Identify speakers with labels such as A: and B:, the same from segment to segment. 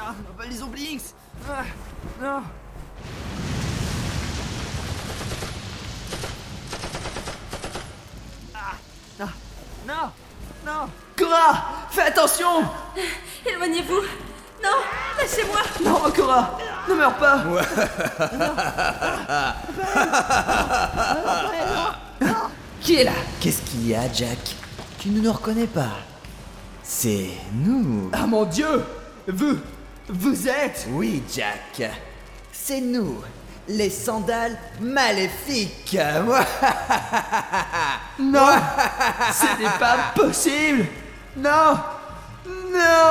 A: Ah, pas les Oblinks Ah, Non Ah, Non Non Non Cora Fais attention
B: Éloignez-vous Non Lâchez-moi
A: Non, Cora Ne meurs pas
C: Qui est là Qu'est-ce qu'il y a, Jack Tu ne nous reconnais pas C'est nous.
A: Ah mon dieu Vous Vous êtes
C: Oui, Jack. C'est nous, les sandales maléfiques.
A: Non Ce n'est pas possible Non Non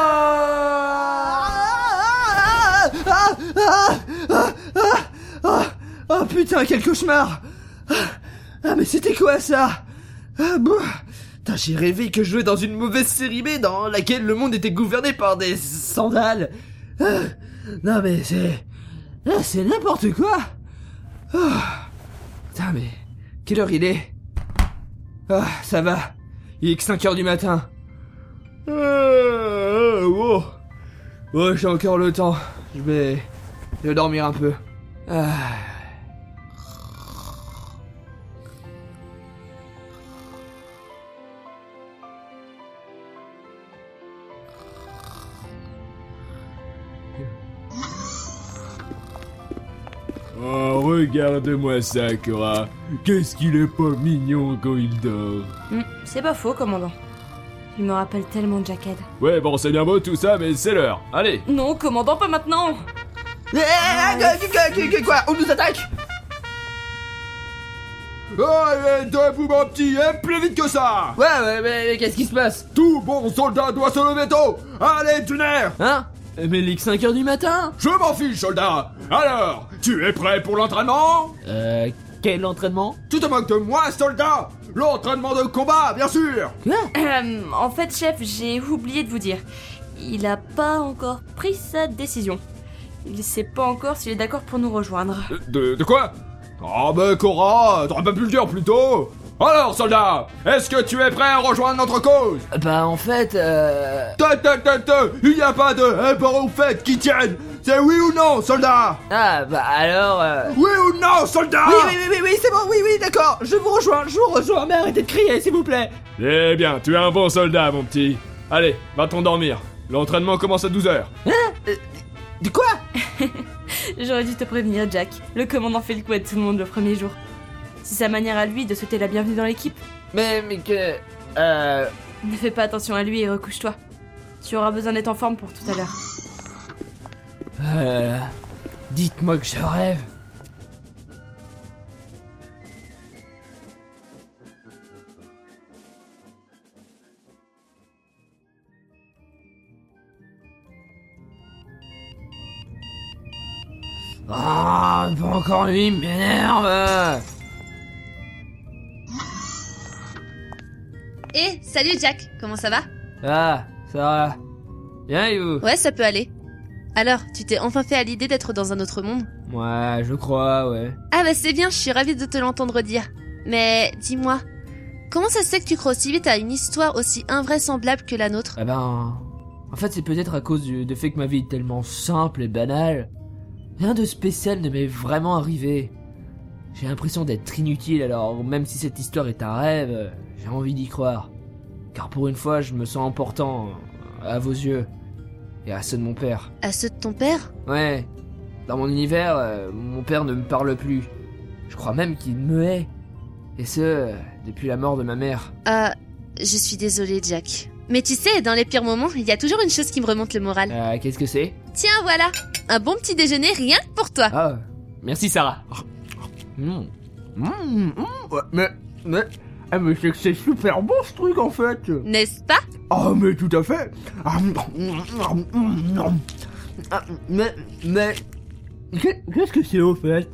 A: Ah, ah, ah, ah, ah. Oh putain, quel cauchemar Ah mais c'était quoi ça ah, bon. Putain, J'ai rêvé que je jouais dans une mauvaise série B dans laquelle le monde était gouverné par des sandales. Ah, non mais c'est... ah, C'est n'importe quoi Ah. Putain mais... Quelle heure il est ah, ça va. Il est que 5 heures du matin. Ah, Euh, wow. Ouais, Oh, j'ai encore le temps. Je vais. Je vais dormir un peu. Ah.
D: Oh, regarde-moi ça, Cora. Qu'est-ce qu'il est pas mignon quand il dort.
B: Hmm, C'est pas faux, commandant. Il me rappelle tellement Jackhead.
D: Ouais, bon, c'est bien beau tout ça, mais c'est l'heure. Allez.
B: Non, commandant, pas maintenant
A: Eh, eh, quoi, quoi, quoi, quoi On nous attaque
D: Allez, debout, mon petit, et plus vite que ça
A: Ouais, ouais, mais, mais qu'est-ce qui se passe
D: Tout bon soldat doit se lever tôt. Allez, tuner
A: Hein Mais il est que 5 heures du matin
D: Je m'en fiche, soldat. Alors, tu es prêt pour l'entraînement
A: Euh. Quel entraînement
D: Tu te moques de moi, soldat L'entraînement de combat, bien sûr
B: Euh, En fait, chef, j'ai oublié de vous dire. Il a pas encore pris sa décision. Il sait pas encore s'il est d'accord pour nous rejoindre.
D: De, de quoi Ah ben, Cora, t'aurais pas pu le dire plus tôt Alors, soldat, est-ce que tu es prêt à rejoindre notre cause
A: Ah,
C: bah en fait, euh...
D: Te, te, te, te, il n'y a pas de rapport aux fêtes qui tiennent C'est oui ou non, soldat
C: Ah bah alors... euh,
D: Oui ou non, soldat
A: Oui, oui, oui, oui, oui, c'est bon, oui, oui, d'accord Je vous rejoins, je vous rejoins, mais arrêtez de crier, s'il vous plaît
D: Eh bien, tu es un bon soldat, mon petit. Allez, va-t'en dormir. L'entraînement commence à 12h.
A: De quoi
B: J'aurais dû te prévenir, Jack. Le commandant fait le coup à tout le monde le premier jour. C'est sa manière à lui de souhaiter la bienvenue dans l'équipe.
C: Mais, mais que... Euh...
B: Ne fais pas attention à lui et recouche-toi. Tu auras besoin d'être en forme pour tout à l'heure.
C: euh, Dites-moi que je rêve. Ah, pas encore lui, il m'énerve
E: Eh, salut Jack, comment ça va
C: Ah, ça va. Bien et vous
E: Ouais, ça peut aller. Alors, tu t'es enfin fait à l'idée d'être dans un autre monde
C: Ouais, je crois, ouais.
E: Ah bah c'est bien, je suis ravie de te l'entendre dire. Mais dis-moi, comment ça se fait que tu crois aussi vite à une histoire aussi invraisemblable que la nôtre
C: Eh ben. En fait, c'est peut-être à cause du, du fait que ma vie est tellement simple et banale. Rien de spécial ne m'est vraiment arrivé. J'ai l'impression d'être inutile, alors même si cette histoire est un rêve, euh, j'ai envie d'y croire. Car pour une fois, je me sens important euh, à vos yeux et à ceux de mon père.
E: À ceux de ton père
C: Ouais, dans mon univers, euh, mon père ne me parle plus. Je crois même qu'il me hait. Et ce, euh, depuis la mort de ma mère.
E: Ah, je suis désolée Jack. Mais tu sais, dans les pires moments, il y a toujours une chose qui me remonte le moral.
C: Euh, Qu'est-ce que c'est
E: Tiens, voilà Un bon petit déjeuner rien que pour toi
C: Ah, merci Sarah. Mm. Mm, mm, ouais, mais, mais, ah, mais c'est que c'est super bon ce truc en fait.
E: N'est-ce pas
C: Ah mais tout à fait. Ah, hum, mais, mais, qu'est-ce que c'est au fait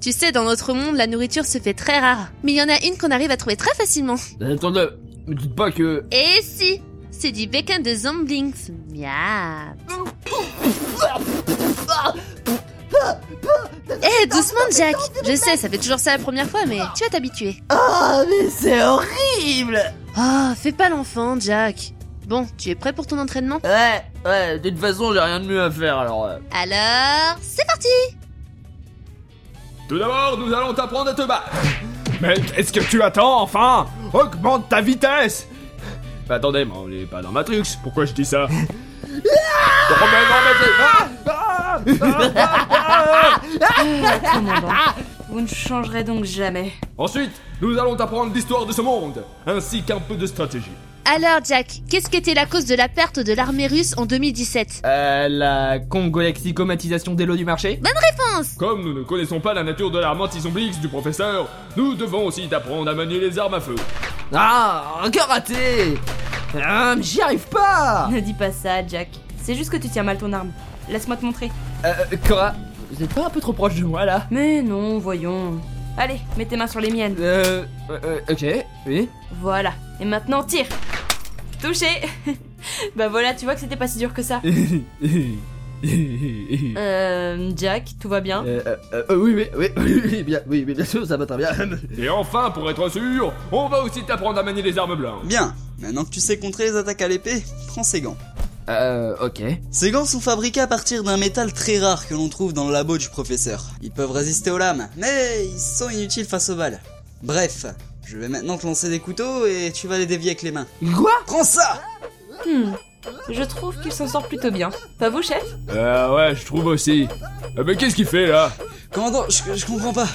E: Tu sais, dans notre monde, la nourriture se fait très rare. Mais il y en a une qu'on arrive à trouver très facilement.
C: Attendez, me dites pas que...
E: Et si C'est du bacon de Zomblings. Miam Eh, doucement, Jack Je sais, ça fait toujours ça la première fois, mais tu vas t'habituer.
A: Ah, mais c'est horrible
E: Oh, fais pas l'enfant, Jack Bon, tu es prêt pour ton entraînement
A: Ouais, ouais, de toute façon, j'ai rien de mieux à faire alors. euh.
E: Alors, c'est parti
D: Tout d'abord, nous allons t'apprendre à te battre. Mais qu'est-ce que tu attends, enfin Augmente ta vitesse Bah, Attendez, mais on est pas dans Matrix, pourquoi je dis ça Oh, mais non, mais c'est- Ah Ah Ah
B: Ah, Commandant, ah, vous ne changerez donc jamais.
D: Ensuite, nous allons t'apprendre l'histoire de ce monde, ainsi qu'un peu de stratégie.
E: Alors, Jack, qu'est-ce qu'était la cause de la perte de l'armée russe en 2017
A: Euh, la congolaxicomatisation des lots du marché
E: Pense
D: Comme nous ne connaissons pas la nature de l'arme anti-zomblix du professeur, nous devons aussi t'apprendre à manier les armes à feu.
A: Ah, encore raté Ah, mais j'y arrive pas
B: Ne dis pas ça, Jack. C'est juste que tu tiens mal ton arme. Laisse-moi te montrer.
A: Euh, Cora, vous êtes pas un peu trop proche de moi là
B: Mais non, voyons. Allez, mets tes mains sur les miennes.
A: Euh, euh, ok, oui.
B: Voilà. Et maintenant, tire. Touché. bah voilà, tu vois que c'était pas si dur que ça.
A: euh,
B: Euh, Jack, tout va bien
C: Euh, euh, euh, oui, oui, oui, oui, oui, bien, oui, oui, bien sûr, ça va très bien.
D: Et enfin, pour être sûr, on va aussi t'apprendre à manier les armes blanches.
F: Bien, maintenant que tu sais contrer les attaques à l'épée, prends ces gants.
A: euh, ok.
F: Ces gants sont fabriqués à partir d'un métal très rare que l'on trouve dans le labo du professeur. Ils peuvent résister aux lames, mais ils sont inutiles face aux balles. Bref, je vais maintenant te lancer des couteaux et tu vas les dévier avec les mains.
A: Quoi
F: Prends ça
B: Hmm. Je trouve qu'il s'en sort plutôt bien. Pas vous, chef
D: Euh, ouais, je trouve aussi. Euh, mais qu'est-ce qu'il fait là
F: Commandant, je, je comprends pas.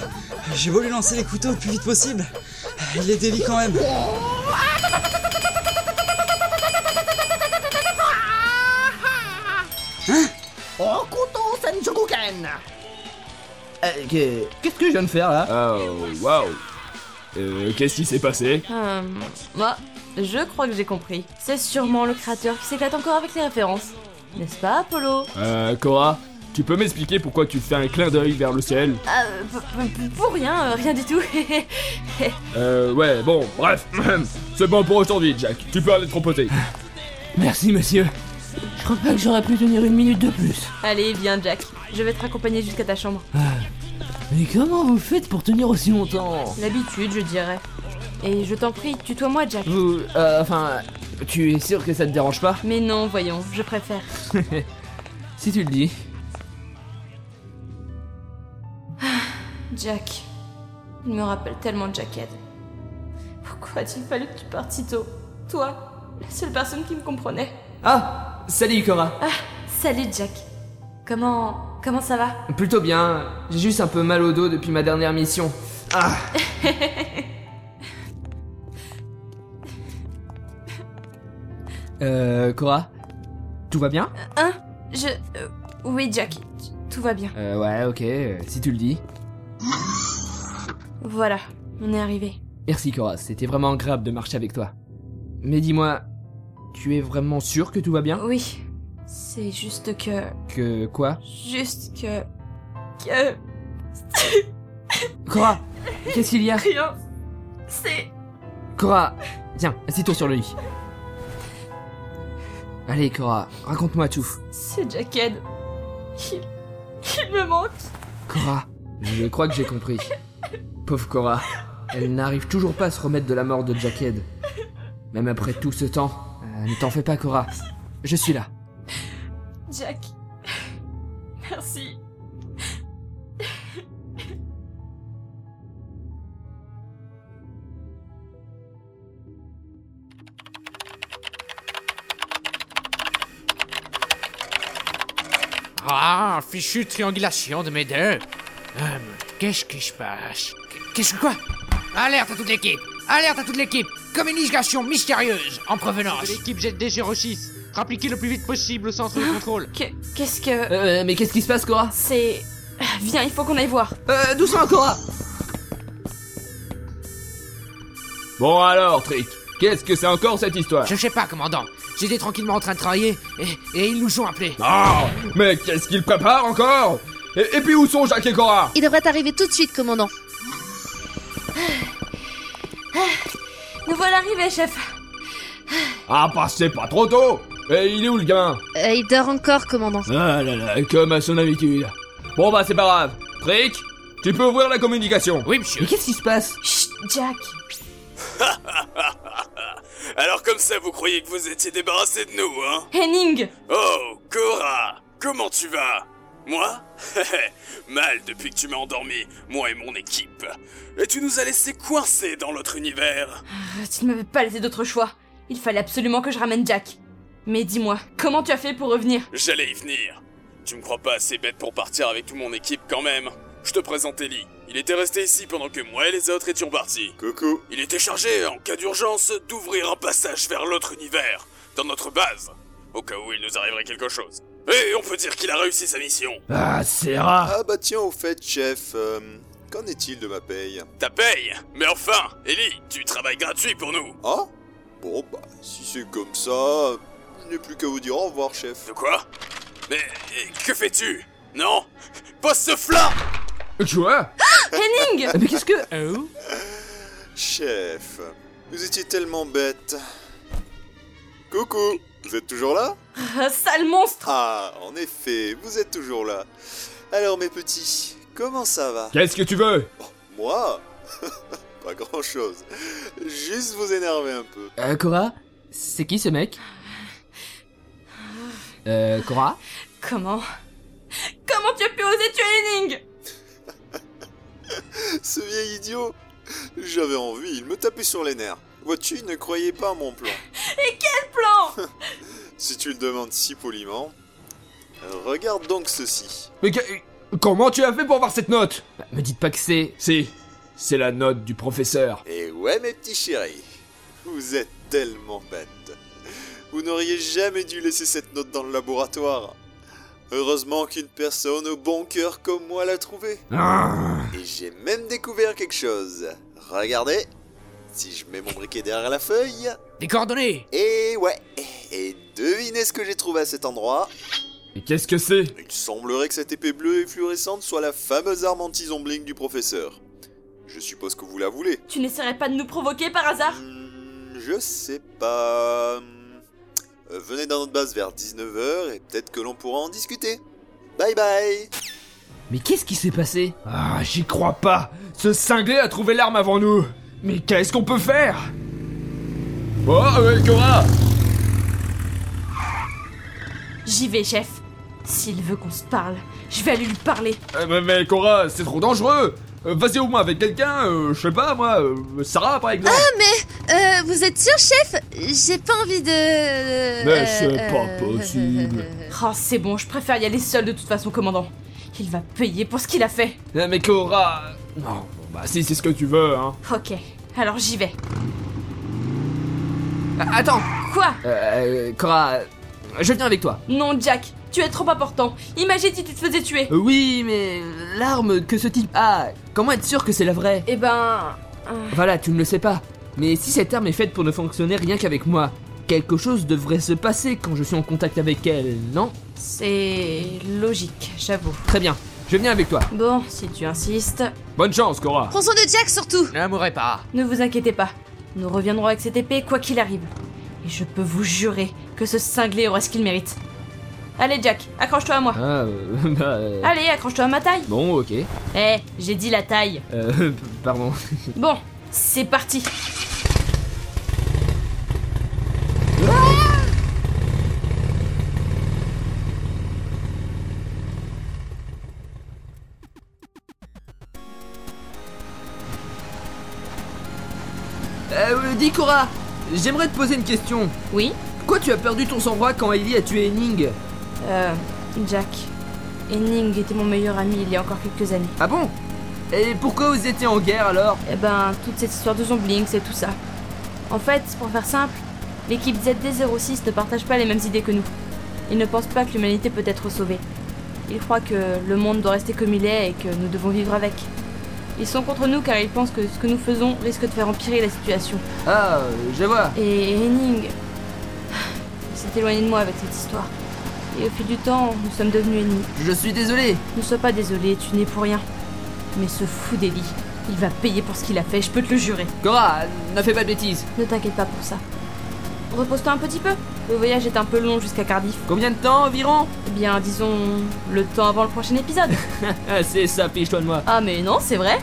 F: J'ai voulu lancer les couteaux le plus vite possible. Il les dévie quand même.
C: Oh, couteau, Senjukuken euh, que- Qu'est-ce que je viens de faire là
D: Oh, waouh Euh, qu'est-ce qui s'est passé
B: Hum, Moi, je crois que j'ai compris. C'est sûrement le créateur qui s'éclate encore avec les références. N'est-ce pas, Apollo
D: Euh, Cora, tu peux m'expliquer pourquoi tu fais un clin d'œil vers le ciel
B: Ah, euh, p- p- Pour rien, euh, rien du tout.
D: Euh, ouais, bon, bref. C'est bon pour aujourd'hui, Jack. Tu peux aller te reposer.
A: Merci, monsieur. Je crois pas que j'aurais pu tenir une minute de plus.
B: Allez, viens, Jack. Je vais te raccompagner jusqu'à ta chambre.
A: Mais comment vous faites pour tenir aussi longtemps
B: L'habitude, je dirais. Et je t'en prie, tutoie-moi, Jack.
A: Vous, euh, enfin, tu es sûr que ça te dérange pas
B: Mais non, voyons, je préfère.
A: Si tu le dis.
B: Jack. Il me rappelle tellement Jackhead. Pourquoi a-t-il fallu que tu partes si tôt Toi, la seule personne qui me comprenait.
A: Ah Salut, Cora.
B: Salut, Jack. Comment. Comment ça va
A: Plutôt bien. J'ai juste un peu mal au dos depuis ma dernière mission. Ah Euh, Cora Tout va bien
B: Hein Je. euh, oui, Jack. Tout va bien.
A: Euh, ouais, ok, euh, si tu le dis.
B: Voilà, on est arrivé.
A: Merci, Cora, c'était vraiment agréable de marcher avec toi. Mais dis-moi, tu es vraiment sûr que tout va bien
B: Oui. C'est juste que.
A: Que quoi
B: Juste que. Que.
A: Cora Qu'est-ce qu'il y a
B: Rien. C'est.
A: Cora Viens, assieds-toi sur le lit. Allez, Cora, raconte-moi tout.
B: C'est Jackhead. Il. Il me manque.
A: Cora, je crois que j'ai compris. Pauvre Cora, elle n'arrive toujours pas à se remettre de la mort de Jackhead. Même après tout ce temps, euh, ne t'en fais pas, Cora. Je suis là.
B: Jack. Merci.
G: Ah, fichue triangulation de mes deux. Hum, qu'est-ce qui se passe Qu'est-ce que quoi Alerte à toute l'équipe Alerte à toute l'équipe Communication mystérieuse en provenance
H: L'équipe ZD06, rappliquez le plus vite possible au centre
G: Ah,
H: de contrôle.
B: Que- Qu'est-ce que.
A: Euh, mais qu'est-ce qui se passe, Cora
B: C'est. Viens, il faut qu'on aille voir.
A: Euh, doucement, Cora
D: Bon alors, Trick, qu'est-ce que c'est encore cette histoire
G: Je sais pas, commandant. J'étais tranquillement en train de travailler et, et ils nous ont appelés.
D: Ah Mais qu'est-ce qu'il prépare encore et, et puis où sont Jack et Cora
E: Il devrait arriver tout de suite, commandant.
B: Nous voilà arrivés, chef.
D: Ah, bah c'est pas trop tôt Et il est où le gamin
E: Euh, il dort encore, commandant.
D: Ah là là, comme à son habitude. Bon bah c'est pas grave. Trick, tu peux ouvrir la communication.
A: Mais
G: Oui, monsieur.
A: qu'est-ce qui se passe
B: Chut, Jack.
I: Alors comme ça, vous croyez que vous étiez débarrassé de nous, hein
B: Henning
I: Oh, Cora Comment tu vas Moi Mal depuis que tu m'as endormi, moi et mon équipe. Et tu nous as laissés coincés dans l'autre univers.
B: Ah, Tu ne m'avais pas laissé d'autre choix. Il fallait absolument que je ramène Jack. Mais dis-moi, comment tu as fait pour revenir
I: J'allais y venir. Tu me crois pas assez bête pour partir avec toute mon équipe quand même Je te présente Ellie. Il était resté ici pendant que moi et les autres étions partis.
J: Coucou.
I: Il était chargé, en cas d'urgence, d'ouvrir un passage vers l'autre univers, dans notre base, au cas où il nous arriverait quelque chose. Et on peut dire qu'il a réussi sa mission.
C: Ah, c'est rare.
J: Ah bah tiens, au fait, chef, euh, qu'en est-il de ma paye
I: Ta paye Mais enfin, Ellie, du travail gratuit pour nous
J: Ah Bon, bah, si c'est comme ça, je n'ai plus qu'à vous dire au revoir, chef.
I: De quoi Mais et que fais-tu Non Pose ce flanc
D: Tu vois
B: Henning
A: Mais qu'est-ce que.
G: Oh
J: Chef, vous étiez tellement bête. Coucou, vous êtes toujours là
B: Ah, Sale monstre
J: Ah, en effet, vous êtes toujours là. Alors mes petits, comment ça va
D: Qu'est-ce que tu veux
J: Moi Pas grand-chose. Juste vous énerver un peu.
A: Euh, Cora, c'est qui ce mec Euh, Cora
B: Comment Comment tu as pu oser tuer Henning
J: Ce vieil idiot J'avais envie, il me tapait sur les nerfs. Vois-tu, il ne croyait pas à mon plan.
B: Plan
J: Si tu le demandes si poliment, regarde donc ceci.
D: Mais que- comment tu as fait pour avoir cette note
A: Bah, Me dites pas que c'est.
D: Si, c'est la note du professeur.
J: Et ouais, mes petits chéris, vous êtes tellement bêtes. Vous n'auriez jamais dû laisser cette note dans le laboratoire. Heureusement qu'une personne au bon cœur comme moi l'a trouvée.
D: Ah,
J: Et j'ai même découvert quelque chose. Regardez, si je mets mon briquet derrière la feuille,
G: Des coordonnées
J: et ouais, et devinez ce que j'ai trouvé à cet endroit.
D: mais qu'est-ce que c'est
J: Il semblerait que cette épée bleue et fluorescente soit la fameuse arme anti-zombling du professeur. Je suppose que vous la voulez.
B: Tu n'essaierais pas de nous provoquer par hasard
J: Hmm, Je sais pas. Hmm. Euh, Venez dans notre base vers 19h et peut-être que l'on pourra en discuter. Bye bye
A: Mais qu'est-ce qui s'est passé
D: Ah, j'y crois pas Ce cinglé a trouvé l'arme avant nous Mais qu'est-ce qu'on peut faire Oh, euh, Cora
B: J'y vais, chef. S'il veut qu'on se parle, je vais aller lui parler.
D: Euh, mais, mais Cora, c'est trop dangereux Euh, Vas-y au moins avec quelqu'un, euh, je sais pas moi, euh, Sarah par exemple
E: Euh, vous êtes sûr, chef J'ai pas envie de... euh,
D: Mais c'est pas possible.
B: Oh, c'est bon, je préfère y aller seul de toute façon, commandant. Il va payer pour ce qu'il a fait.
D: Euh, Mais Cora... Non, bon, bah si, c'est ce que tu veux, hein
B: Ok, alors j'y vais.
A: Ah, Attends
B: Quoi
A: Euh, Cora, euh, je viens avec toi.
B: Non, Jack, tu es trop important. Imagine si tu te faisais tuer.
A: Euh, Oui, mais l'arme que ce type a, comment être sûr que c'est la vraie
B: Eh ben. euh,
A: Voilà, tu ne le sais pas. Mais si cette arme est faite pour ne fonctionner rien qu'avec moi, quelque chose devrait se passer quand je suis en contact avec elle, non
B: c'est logique, j'avoue.
A: Très bien, je viens avec toi.
B: Bon, si tu insistes,
D: Bonne chance, Cora
E: Prends soin de Jack, surtout
G: Ne mourrez pas
B: ne vous inquiétez pas. Nous reviendrons avec cette épée quoi qu'il arrive. Et je peux vous jurer que ce cinglé aura ce qu'il mérite. Allez, Jack, accroche-toi à moi.
A: Ah, euh, bah... euh,
B: Allez, accroche-toi à ma taille.
A: Bon, ok.
B: Eh, j'ai dit la taille.
A: Euh, pardon.
B: Bon, c'est parti.
A: Euh, dis Cora, j'aimerais te poser une question.
B: Oui
A: Pourquoi tu as perdu ton sang-roi quand Ellie a tué Henning
B: Euh, Jack. Henning était mon meilleur ami il y a encore quelques années.
A: Ah bon Et pourquoi vous étiez en guerre alors
B: Eh ben, toute cette histoire de zombling, c'est tout ça. En fait, pour faire simple, l'équipe ZD06 ne partage pas les mêmes idées que nous. Ils ne pensent pas que l'humanité peut être sauvée. Ils croient que le monde doit rester comme il est et que nous devons vivre avec. Ils sont contre nous car ils pensent que ce que nous faisons risque de faire empirer la situation.
A: Ah, euh, je vois.
B: Et Henning il s'est éloigné de moi avec cette histoire. Et au fil du temps, nous sommes devenus ennemis.
A: Je suis désolé.
B: Ne sois pas désolé, tu n'es pour rien. Mais ce fou d'Eli, il va payer pour ce qu'il a fait, je peux te le jurer.
A: Cora, ne fais pas de bêtises.
B: Ne t'inquiète pas pour ça. Repose-toi un petit peu. Le voyage est un peu long jusqu'à Cardiff.
A: Combien de temps environ
B: Eh bien, disons le temps avant le prochain épisode.
D: Eh,
A: Ah, C'est ça, piche-toi de moi.
B: Ah mais non, c'est vrai.